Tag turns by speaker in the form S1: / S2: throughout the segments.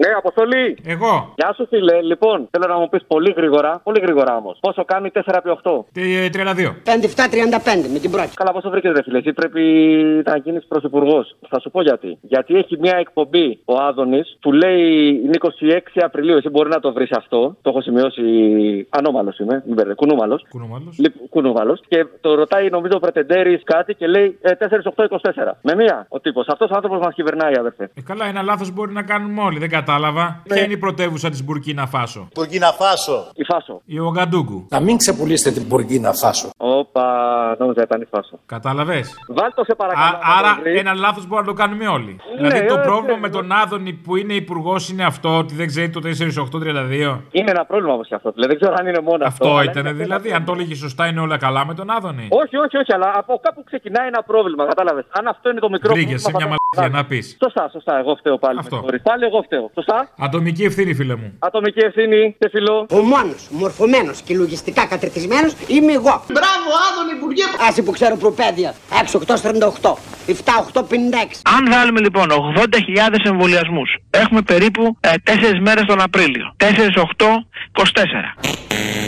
S1: Ε, αποστολή!
S2: Εγώ.
S1: Γεια σου, φίλε. Λοιπόν, θέλω να μου πεις πολύ γρήγορα, πολύ γρήγορα όμως. Πόσο κάνει 4 επί 8.
S2: Τε- 32.
S3: 57-35 με την πρώτη.
S1: Καλά, πώς το βρήκες, ρε φίλε. Εσύ πρέπει να γίνεις πρωθυπουργός. Θα σου πω γιατί. Γιατί έχει μια εκπομπή ο Άδωνης που λέει είναι 26 Απριλίου. Εσύ μπορεί να το βρεις αυτό. Το έχω σημειώσει. Ανώμαλος είμαι. Μην μπερδε. Κουνούμαλος.
S2: Κουνούμαλος.
S1: Λοιπόν, Κουνούμαλος. Και το ρωτάει, νομίζω, ο Πρετεντέρης κάτι και λέει ε, 4-8-24. Με μία ο τύπος. Αυτός ο άνθρωπος μας κυβερνάει, αδερφέ.
S2: Ε, καλά, ένα λάθος μπορεί να κάνουμε όλοι. Δεν
S4: Ναι.
S2: κατάλαβα. Ποια είναι η πρωτεύουσα της Μπουρκίνα Φάσο.
S5: Μπουργκίνα Φάσο.
S1: Η Φάσο.
S2: Η Ογκαντούγκου.
S6: Να μην ξεπουλήσετε την Μπουργκίνα Φάσο.
S1: Όπα, νόμιζα ήταν η Φάσο.
S2: Κατάλαβες.
S1: Βάλτο σε παρακαλώ. να
S2: Άρα,
S1: τον βρεις.
S2: ένα λάθος μπορεί να το κάνουμε όλοι.
S4: Ναι,
S2: δηλαδή, το
S1: ε,
S2: πρόβλημα
S1: ε,
S2: με
S1: ε.
S2: τον Άδωνη που είναι υπουργός είναι αυτό, ότι δεν ξέρει το 4832.
S1: Είναι ένα πρόβλημα όμως και αυτό. Δηλαδή, δεν ξέρω αν είναι μόνο αυτό.
S2: Αυτό
S1: αλλά είναι
S4: ναι,
S2: ήταν,
S1: ένα
S2: δηλαδή, αν το έλεγε σωστά, είναι όλα καλά με τον Άδωνη.
S1: Όχι, όχι, όχι, αλλά από κάπου ξεκινάει ένα πρόβλημα, κατάλαβες. Αν αυτό είναι το μικρό
S2: Βρήκε σε μια
S1: πρόβλημα.
S2: μαλακία να πεις.
S1: Σωστά, σωστά, εγώ φταίω πάλι. με
S2: Αυτό.
S1: συγχωρείς. Πάλι εγώ φταίω. Σωστά.
S2: Ατομική ευθύνη, φίλε μου.
S1: Ατομική ευθύνη και φιλό.
S3: Ο μόνο μορφωμένος και λογιστικά κατρετισμένος είμαι εγώ.
S7: Μπράβο, Άδωνη, Υπουργέ.
S3: Άση που ξέρω προπαίδεια. 6-8-48. 7-8-56.
S4: Αν βάλουμε λοιπόν 80.000 εμβολιασμούς, έχουμε περίπου 4 μέρες τον Απρίλιο. 4-8-24. 4-8-24.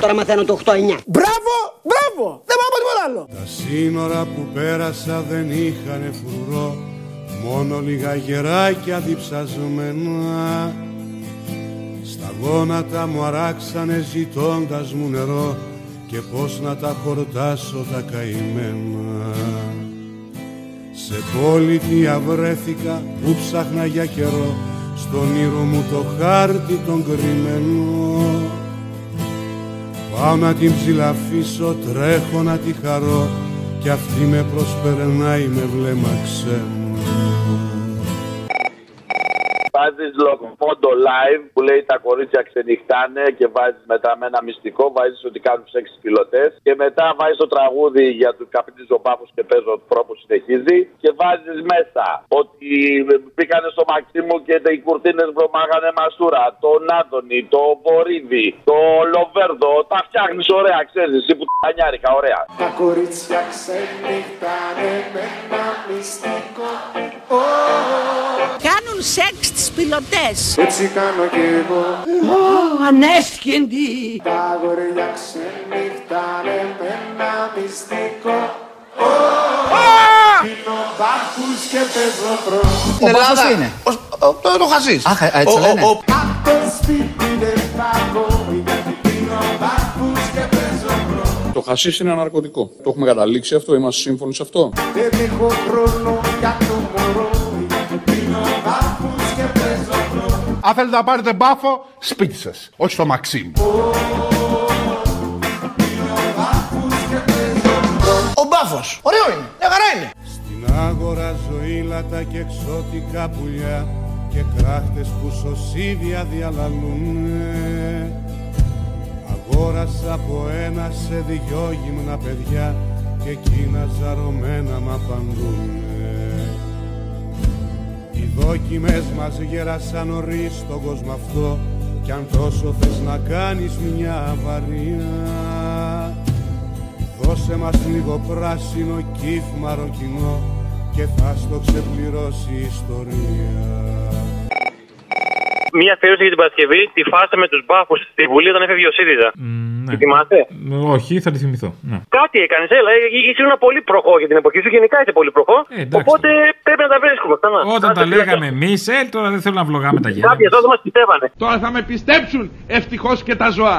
S3: Τώρα μαθαίνω το 8-9.
S7: Μπράβο, μπράβο. Δεν πάω τίποτα άλλο.
S8: Τα σύνορα που πέρασα δεν είχαν φρουρό Μόνο λίγα γεράκια διψασμένα Στα γόνατα μου αράξανε ζητώντας μου νερό Και πως να τα χορτάσω τα καημένα Σε πολιτεία βρέθηκα που ψάχνα για καιρό Στον ήρω μου το χάρτη τον κρυμμένο Πάω να την ψηλαφίσω, τρέχω να τη χαρώ Κι αυτή με προσπερνάει με βλέμμα ξένο
S9: Βάζεις λογοπόντο live που λέει τα κορίτσια ξενυχτάνε και βάζεις μετά με ένα μυστικό, βάζεις ότι κάνουν σεξ πιλωτές. Και μετά βάζεις το τραγούδι για του καπίτι ζωμπάφους και παίζω ο τρόπος συνεχίζει. Και βάζεις μέσα ότι πήγανε στο Μαξίμου και οι κουρτίνες βρωμάγανε μασούρα. Τον Άδωνη, το Βορύδι, το Λοβέρδο. Τα φτιάχνεις ωραία, ξέρεις. Εσύ που τα νιάρικα, ωραία.
S8: Τα κορίτσια ξενυχτάνε με ένα μυστικό
S10: Κάνουν σεξ τις πιλωτές.
S8: Έτσι κάνω κι εγώ
S10: Ω, ανέσχυντη.
S8: Τα γοριά ξενυχτάνε με ένα μυστικό Πίνω μπάχους και παίζω μπρο
S5: Ο Πάσος είναι. Το είναι ο Χαζής.
S6: Αχ, ε, έτσι
S5: Ο- ο-
S6: λένε.
S5: ο-
S8: Απ' το σπίτι δεν πάω Γιατί πίνω μπάχους και παίζω μπρο
S6: Το χασίς είναι ένα ναρκωτικό. Το έχουμε καταλήξει αυτό, είμαστε σύμφωνοι σε αυτό.
S8: Δεν έχω χρόνο για το μωρό γιατί Πίνω μπάχους και παίζω μπρο
S7: Αν θέλετε να πάρετε μπάφο, σπίτι σας. Όχι στο Μαξίμ.
S5: Ο Μπάφος. Ωραίο είναι. Μια χαρά είναι.
S8: Στην άγορα ζωήλατα και εξώτικα πουλιά και κράχτες που σωσίδια διαλαλούν. Αγόρασα από ένα σε δυο γυμνα παιδιά και εκείνα ζαρωμένα μ' απαντούν. Οι δόκιμες μας γέρασαν νωρίς στον κόσμο αυτό κι αν τόσο θες να κάνεις μια βαριά Δώσε μας λίγο πράσινο κύφμα ροκινό και θα στο ξεπληρώσει η ιστορία.
S4: Μία αφιέρωση για την Παρασκευή, τη φάση με τους μπάφου στη Βουλή όταν έφευγε ο ΣΥΡΙΖΑ.
S2: Ναι.
S4: Θυμάστε.
S2: Όχι, θα τη θυμηθώ. Ναι.
S4: Κάτι έκανες, έλα. ε, ε, Ήσουν ένα πολύ προχώ για την εποχή σου. Γενικά είσαι πολύ προχώ.
S2: Ε, εντάξει.
S4: Οπότε πρέπει να τα βρίσκουμε. Ξανά.
S2: Όταν
S4: Άντε,
S2: τα
S4: φιλιά.
S2: λέγαμε εμείς, ε, τώρα δεν θέλω να βλογάμε τα γένια.
S4: Κάποιοι εδώ δεν μας πιστεύανε.
S7: Τώρα θα με πιστέψουν ευτυχώς και τα ζώα.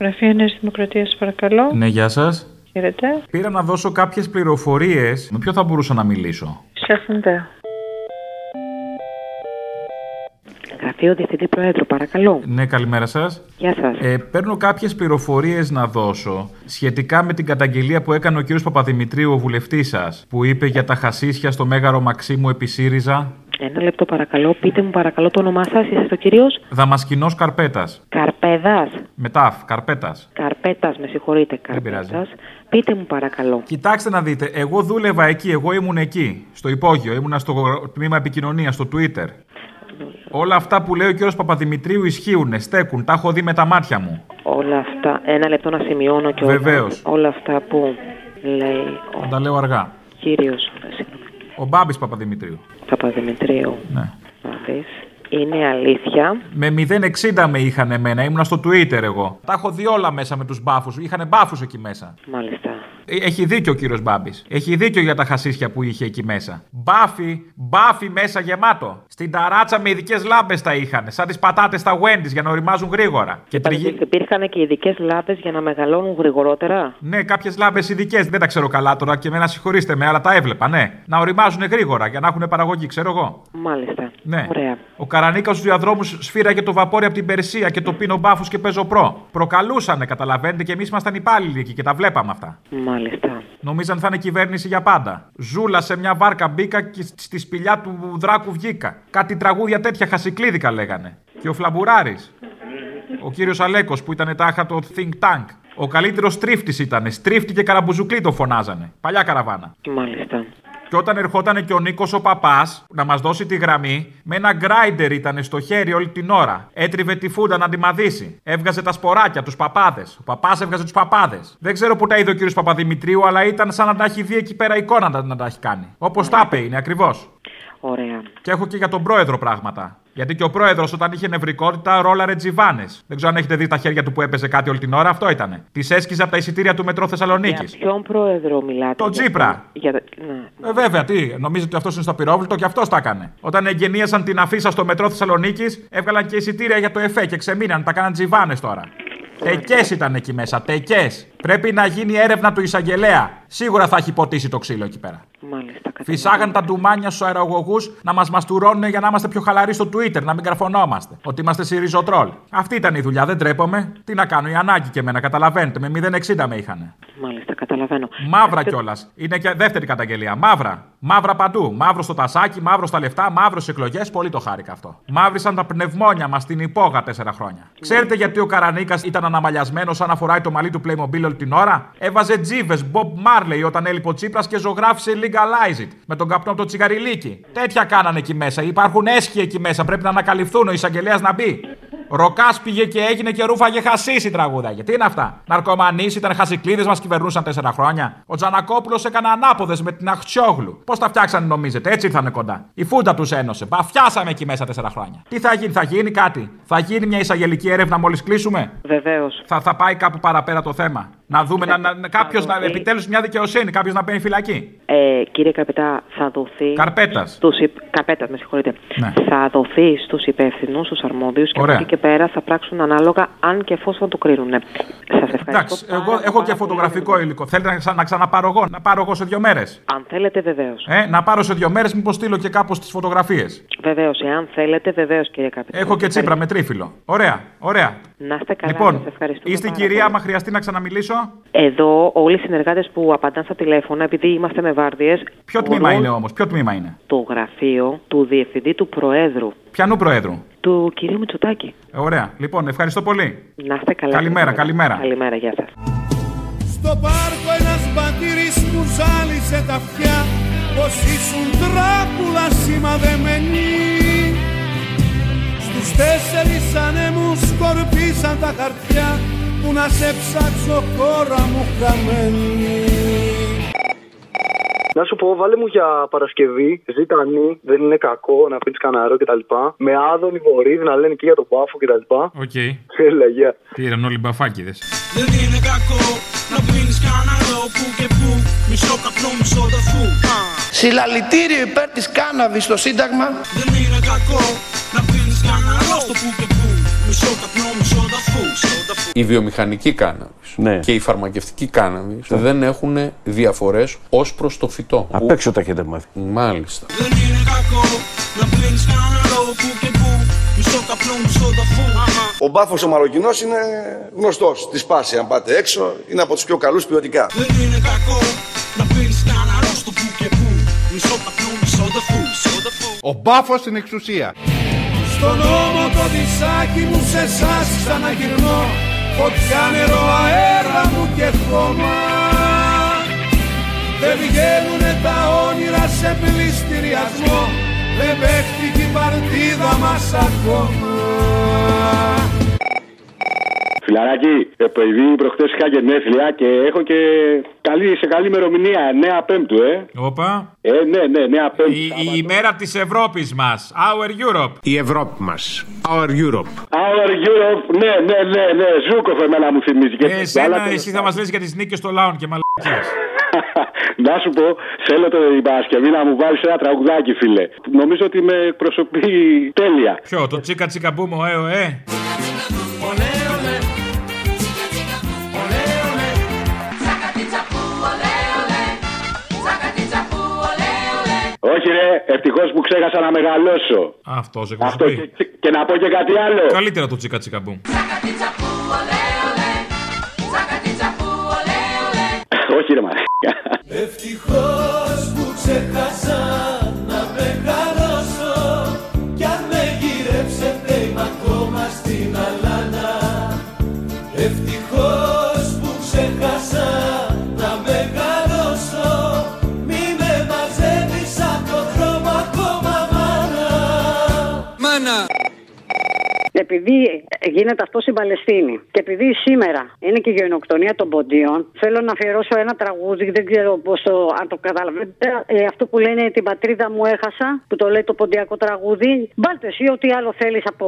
S11: Γραφείο Νέας Δημοκρατίας, παρακαλώ.
S2: Ναι, γεια σας.
S11: Χαίρετε.
S2: Πήρα να δώσω κάποιες πληροφορίες. Με ποιο θα μπορούσα να μιλήσω.
S11: Σέφντε. Γραφείο Διευθυντή Προέδρου, παρακαλώ.
S2: Ναι, καλημέρα σας.
S11: Γεια σας.
S2: Ε, παίρνω κάποιες πληροφορίες να δώσω σχετικά με την καταγγελία που έκανε ο κ. Παπαδημητρίου, ο βουλευτής σας, που είπε για τα χασίσια στο μέγαρο Μαξίμου επί ΣΥΡΙΖΑ.
S11: Ένα λεπτό, παρακαλώ. Πείτε μου, παρακαλώ, το όνομά σας. Είστε ο κύριος
S2: Δαμασκινό Καρπέτα.
S11: Καρπέδα.
S2: Μετάφ, Καρπέτας.
S11: Καρπέτας, με συγχωρείτε. Καρπέτα.
S2: πειράζει.
S11: Πείτε μου, παρακαλώ.
S2: Κοιτάξτε να δείτε, εγώ δούλευα εκεί, εγώ ήμουν εκεί, στο υπόγειο, ήμουνα στο τμήμα επικοινωνίας, στο Twitter. Όλα αυτά που λέει ο κ. Παπαδημητρίου ισχύουν, στέκουν, τα έχω δει με τα μάτια μου.
S11: Όλα αυτά. Ένα λεπτό να σημειώνω και όλα-
S2: Βεβαίως.
S11: όλα αυτά που λέει
S2: Θα
S11: ο
S2: τα λέω αργά.
S11: κύριος.
S2: Ο Μπάμπης Παπαδημητρίου.
S11: Παπαδημητρίου.
S2: Ναι.
S11: Να δεις. Είναι αλήθεια.
S2: Με 0,60 με είχαν εμένα, ήμουνα στο Twitter εγώ. Τα έχω δει όλα μέσα με τους μπάφους. Είχαν μπάφους εκεί μέσα.
S11: Μάλιστα.
S2: Ε, Έχει δίκιο ο κύριος Μπάμπης. Έχει δίκιο για τα χασίσια που είχε εκεί μέσα. Μπάφι, μπάφι μέσα γεμάτο. Στην ταράτσα με ειδικές λάμπες τα είχαν. Σαν τις πατάτες στα Wendy's για να οριμάζουν γρήγορα. Και τριγύ...
S11: Υπήρχαν και ειδικές λάμπες για να μεγαλώνουν γρηγορότερα.
S2: Ναι, κάποιες λάμπες ειδικές. Δεν τα ξέρω καλά τώρα και εμένα συγχωρήστε με, αλλά τα έβλεπα, ναι. Να οριμάζουν γρήγορα για να έχουν παραγωγή, ξέρω εγώ.
S11: Μάλιστα.
S2: Ναι.
S11: Ωραία.
S2: Ο Καρανίκα στους διαδρόμους σφύραγε το βαπόρι από την Περσία και το πίνω μπάφους και παίζω προ. Προκαλούσανε, καταλαβαίνετε, και εμείς ήμασταν υπάλληλοι εκεί και τα βλέπαμε αυτά.
S11: Μάλιστα.
S2: Νομίζαν θα είναι κυβέρνηση για πάντα. Ζούλα σε μια βάρκα μπήκα και σ- στη σπηλιά του δράκου βγήκα. Κάτι τραγούδια τέτοια χασικλίδικα λέγανε. Και ο Φλαμπουράρη. Ο κύριος Αλέκος που ήταν τάχα το Think Tank. Ο καλύτερος τρίφτης ήταν. Στρίφτη και καραμπουζουκλή το φωνάζανε. Παλιά καραβάνα.
S11: Μάλιστα.
S2: Και όταν ερχόταν και ο Νίκος ο παπάς να μας δώσει τη γραμμή, με ένα γκράιντερ ήταν στο χέρι όλη την ώρα. Έτριβε τη φούντα να τη μαδίσει. Έβγαζε τα σποράκια, τους παπάδες. Ο παπάς έβγαζε τους παπάδες. Δεν ξέρω που τα είδε ο κύριος Παπαδημητρίου, αλλά ήταν σαν να τα έχει δει εκεί πέρα εικόνα να, να τα έχει κάνει. Όπως τα είπε είναι ακριβώς.
S11: Ωραία.
S2: Και έχω και για τον πρόεδρο πράγματα. Γιατί και ο πρόεδρος όταν είχε νευρικότητα ρόλαρε τζιβάνες. Δεν ξέρω αν έχετε δει τα χέρια του που έπαιζε κάτι όλη την ώρα, αυτό ήταν. Τις έσκιζε από τα εισιτήρια του μετρό Θεσσαλονίκης.
S11: Ποιον πρόεδρο μιλάτε.
S2: Το
S11: για-
S2: Τζίπρα.
S11: Για... τα- Ναι.
S2: Ε, βέβαια, τι, νομίζετε ότι αυτός είναι στο πυρόβλητο και αυτός τα έκανε. Όταν εγγενίασαν την αφίσα στο μετρό Θεσσαλονίκης, έβγαλαν και εισιτήρια για το ΕΦΕ και ξεμείναν, τα κάναν τζιβάνες τώρα. Τεκές ήταν εκεί μέσα, τεκές. Πρέπει να γίνει έρευνα του εισαγγελέα. Σίγουρα θα έχει ποτίσει το ξύλο εκεί πέρα.
S11: Μάλιστα.
S2: Φυσάγαν τα ντουμάνια στους αερογωγούς να μας μαστουρώνουν για να είμαστε πιο χαλαροί στο Twitter, να μην καρφωνόμαστε. Ότι είμαστε σιριζοτρόλ. Αυτή ήταν η δουλειά, δεν τρέπομαι. Τι να κάνω, η ανάγκη και εμένα, καταλαβαίνετε. Με 0,60 με είχανε.
S11: Μάλιστα, καταλαβαίνω.
S2: Μαύρα κιόλας. Είναι και δεύτερη καταγγελία. Μαύρα. Μαύρα παντού. Μαύρο στο τασάκι, μαύρο στα λεφτά, μαύρο στις εκλογές. Πολύ το χάρηκα αυτό. Μαύρισαν τα πνευμόνια μας στην υπόγα τέσσερα χρόνια. Ξέρετε γιατί ο Καρανίκας ήταν αναμαλιασμένος σαν να φοράει το μαλλί του Playmobil όλη την ώρα. Έβαζε τζίβες Bob Marley όταν έλειπε ο Τσίπρας και ζωγράφησε Legalize it με τον καπνό από το τσιγαριλίκι. Τέτοια κάνανε εκεί μέσα. Υπάρχουν έσχοι εκεί μέσα. Πρέπει να ανακαλυφθούν ο εισαγγελέας να μπει. Ροκάς πήγε και έγινε και ρούφαγε χασίσει τραγούδαγε. Τι είναι αυτά. Ναρκωμανείς ήταν χασικλίδες μας κυβερνούσαν τέσσερα χρόνια. Ο Τζανακόπουλος έκανε ανάποδες με την Αχτσιόγλου. Πώς τα φτιάξανε νομίζετε, έτσι ήρθανε κοντά. Η φούντα τους ένωσε. Μπαφιάσαμε εκεί μέσα τέσσερα χρόνια. Τι θα γίνει, θα γίνει κάτι. Θα γίνει μια εισαγγελική έρευνα μόλις κλείσουμε.
S11: Βεβαίως.
S2: Θα, θα πάει κάπου παραπέρα το θέμα. Να δούμε, να, να, να, κάποιος να επιτέλους μια δικαιοσύνη, κάποιος να μπαίνει φυλακή.
S11: Ε, κύριε Καπετά, θα δοθεί.
S2: Καρπέτας.
S11: Στους... υπ- Καπέτας, με συγχωρείτε.
S2: Ναι.
S11: Θα δοθεί στους υπεύθυνους, στους αρμόδιους και από
S2: Ωραία.
S11: εκεί και πέρα θα πράξουν ανάλογα αν και εφόσον το κρίνουν. Σας ευχαριστώ.
S2: Εντάξει, εγώ έχω και φωτογραφικό υλικό. Θέλετε να, ξα, να ξαναπάρω εγώ, να πάρω εγώ σε δύο μέρες.
S11: Αν θέλετε, βεβαίως.
S2: Ε, να πάρω σε δύο μέρες, μήπως στείλω και κάπως τις φωτογραφίες.
S11: Βεβαίως, εάν θέλετε, βεβαίως, κύριε Καπετά.
S2: Έχω και τσίπρα με τρίφυλλο. Ωραία, ωραία.
S11: Να είστε καλά.
S2: λοιπόν,
S11: σας ευχαριστούμε
S2: είστε η
S11: πάρα
S2: κυρία,
S11: πολύ.
S2: άμα χρειαστεί να ξαναμιλήσω.
S11: Εδώ όλοι οι συνεργάτες που απαντάν στα τηλέφωνα, επειδή είμαστε με βάρδιες.
S2: Ποιο τμήμα είναι όμως, ποιο τμήμα είναι.
S11: Το γραφείο του Διευθυντή του Προέδρου,
S2: Πιανού Προέδρου.
S11: του κυρίου Μητσοτάκη.
S2: Ε, ωραία, λοιπόν, ευχαριστώ πολύ.
S11: Να είστε καλά.
S2: Καλημέρα,
S11: κύριε Καπετά.
S2: καλημέρα.
S11: Καλημέρα, γεια σας.
S8: Στο πάρκο ένας μπατήρης μου ζάλισε τα αυτιά Πως ήσουν τράπουλα σημαδεμένοι Στους τέσσερις ανέμους σκορπίσαν τα χαρτιά Που να σε ψάξω χώρα μου χαμένη
S12: Να σου πω, βάλε μου για Παρασκευή, ζητανή, δεν είναι κακό να πίνεις καναρό κτλ. Με άδωνη βορύδι να λένε και για τον πάφο κτλ.
S2: Οκ.
S12: Έλα, γεια.
S2: Τι ήταν όλοι μπαφάκιδε.
S13: Δεν είναι κακό να πίνεις κανένα που και που Μισό καπνό, μισό ταφού Α.
S5: Συλλαλητήριο υπέρ της κάναβης στο Σύνταγμα
S13: Δεν είναι κακό να πίνεις κανένα στο που και που Μισό καπνό, μισό ταφού, μισό ταφού
S6: Η βιομηχανική κάναβης και η φαρμακευτική κάναβης δεν έχουν διαφορές ως προς το φυτό. Απ' έξω τα έχετε μάθει. Μάλιστα.
S13: Δεν είναι κακό να πίνεις κανένα που και που Μισό καπνό, μισό ταφού
S14: Ο μπάφος ο Μαροκινός είναι γνωστός της σπάση. Αν πάτε έξω, είναι από τους πιο καλούς ποιοτικά.
S13: Δεν είναι κακό να πίνεις κανένα στο που και που Μισό καπνό, μισό ταφού, μισό ταφού
S7: Ο μπάφος στην εξουσία.
S8: Στον ώμο το δισάκι μου σε εσάς ξαναγυρνώ Φωτιά νερό αέρα μου και χώμα Δεν βγαίνουνε τα όνειρα σε πληστηριασμό Δεν παίχτηκε η παρτίδα μας ακόμα ε,
S15: Φιλαράκι, επειδή προχτέ είχα γενέθλια και έχω και
S8: καλή, σε καλή ημερομηνία, 9 Πέμπτου, ε.
S2: Όπα.
S8: Ε, ναι, ναι, 9 Πέμπτου.
S2: Η, η ημέρα της Ευρώπης μας. Our Europe.
S16: Η Ευρώπη μας. Our Europe.
S8: Our Europe, ναι, ναι, ναι, ναι. Ζούκοφ εμένα μου θυμίζει. Και-
S2: Ε, Εσένα,
S8: αλλά τέλος
S2: εσύ θα μας λες για τις νίκες των λαών και μαλακίες.
S8: Να σου πω, θέλω την Παρασκευή να μου βάλεις ένα τραγουδάκι, φίλε. Νομίζω ότι με εκπροσωπεί τέλεια.
S2: Ποιο, το τσίκα τσίκα μπούμο, ε, ο, ε.
S8: Όχι, ρε, ευτυχώς που ξέχασα να μεγαλώσω.
S2: Αυτός
S8: Αυτό
S2: εκπροσωπεί.
S8: και, και να πω και κάτι άλλο.
S2: Καλύτερα το τσίκα τσίκα μπούμ.
S8: Όχι, ρε, μαλάκα.
S9: Ευτυχώς που ξεχάσα να με χαρώσω Κι αν με γυρέψετε είμαι ακόμα στην αλάνα Ευτυχώς που ξεχάσα να με χαρώσω Μη με μαζεύεις απ' το δρόμο ακόμα μάνα Μάνα
S3: Επειδή ε, γίνεται αυτό στην Παλαιστίνη και επειδή σήμερα είναι και η γενοκτονία των ποντίων, θέλω να αφιερώσω ένα τραγούδι. Δεν ξέρω πώς το, αν το καταλαβαίνετε. Ε, αυτό που λένε Την πατρίδα μου έχασα, που το λέει το ποντιακό τραγούδι. Μπάλτε εσύ, ό,τι άλλο θέλεις από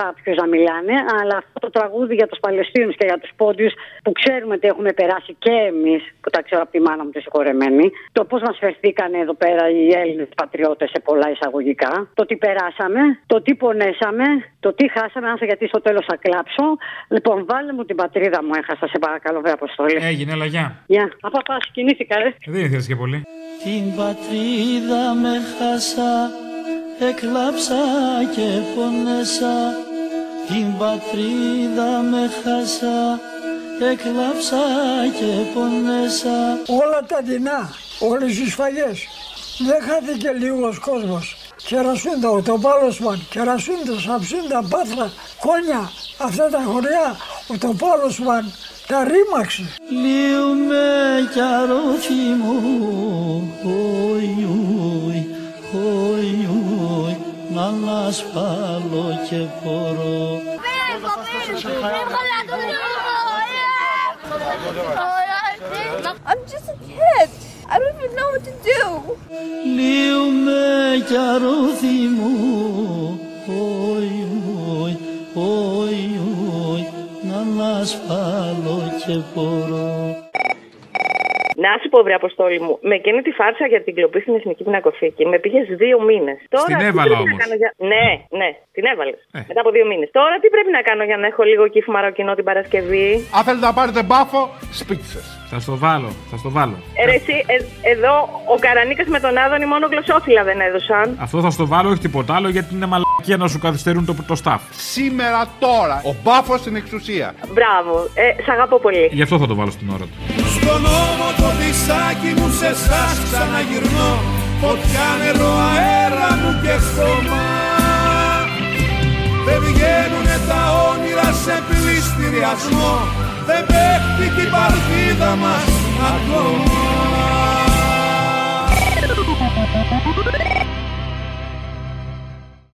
S3: κάποιους να μιλάνε. Αλλά αυτό το τραγούδι για τους Παλαιστίνους και για τους πόντιους που ξέρουμε τι έχουμε περάσει και εμείς, που τα ξέρω από τη μάνα μου τη συγχωρεμένη, το πώς μας φερθήκανε εδώ πέρα οι Έλληνες πατριώτες σε πολλά εισαγωγικά, το τι περάσαμε, το τι πονέσαμε, το τι χάσαμε. Άσε γιατί στο τέλος θα κλάψω. Λοιπόν, βάλε μου την πατρίδα μου, έχασα σε παρακαλώ, βρε Αποστολή.
S8: Ε.
S2: Έγινε, αλλά γεια.
S3: Γεια. Απα, πα, κινήθηκα, ρε.
S2: Δεν ήθελες και πολύ.
S9: Την πατρίδα με χάσα, εκλάψα και πονέσα. Την πατρίδα με χάσα, εκλάψα και πονέσα.
S17: Όλα τα δεινά, όλες οι σφαγές. Δεν χάθηκε λίγος κόσμος. Κερασούντα, το Πάλωσμαν, Κερασούντα, Σαψούντα, Πάτρα, Κόνια, αυτά τα χωριά, ο το Πάλωσμαν τα ρήμαξε.
S9: Λίουμε κι αρρώθιμο, οι οι, οι οι, να λασπάλω και πορώ.
S18: I'm just a kid. I don't even know what to do.
S9: Λίουμε κι αρρώθιμο, οι οι, οι οι, να λασπάλω και πορώ.
S19: Να σου πω, βρε Αποστόλη μου, με εκείνη τη φάρσα για την κλοπή στην Εθνική Πινακοθήκη με πήγες δύο μήνες.
S2: Στην έβαλα όμως.
S19: Για... Ναι, ναι, την έβαλες. Μετά από δύο μήνες. Τώρα τι πρέπει να κάνω για να έχω λίγο κύφι μαροκινό την Παρασκευή.
S7: Αν θέλετε να πάρετε μπάφο, σπίτι σας.
S2: Θα στο βάλω, θα στο βάλω.
S19: Ε, ρε, εσύ, ε, εδώ ο Καρανίκας με τον Άδωνη μόνο γλωσσόφυλλα δεν έδωσαν.
S2: Αυτό θα στο βάλω, όχι τίποτα άλλο, γιατί είναι μαλακία να σου καθυστερούν το, το staff.
S7: Σήμερα τώρα, ο μπάφος στην εξουσία.
S19: Μπράβο, ε, σ' αγαπώ πολύ.
S2: Γι' αυτό θα το βάλω στην ώρα του.
S9: Στον νόμο το δισάκι μου σε σας ξαναγυρνώ Φωτιά νερό αέρα μου και χρώμα Δεν βγαίνουνε τα όνειρα σε πληστηριασμό Δεν παίχτηκε η παρτίδα μας ακόμα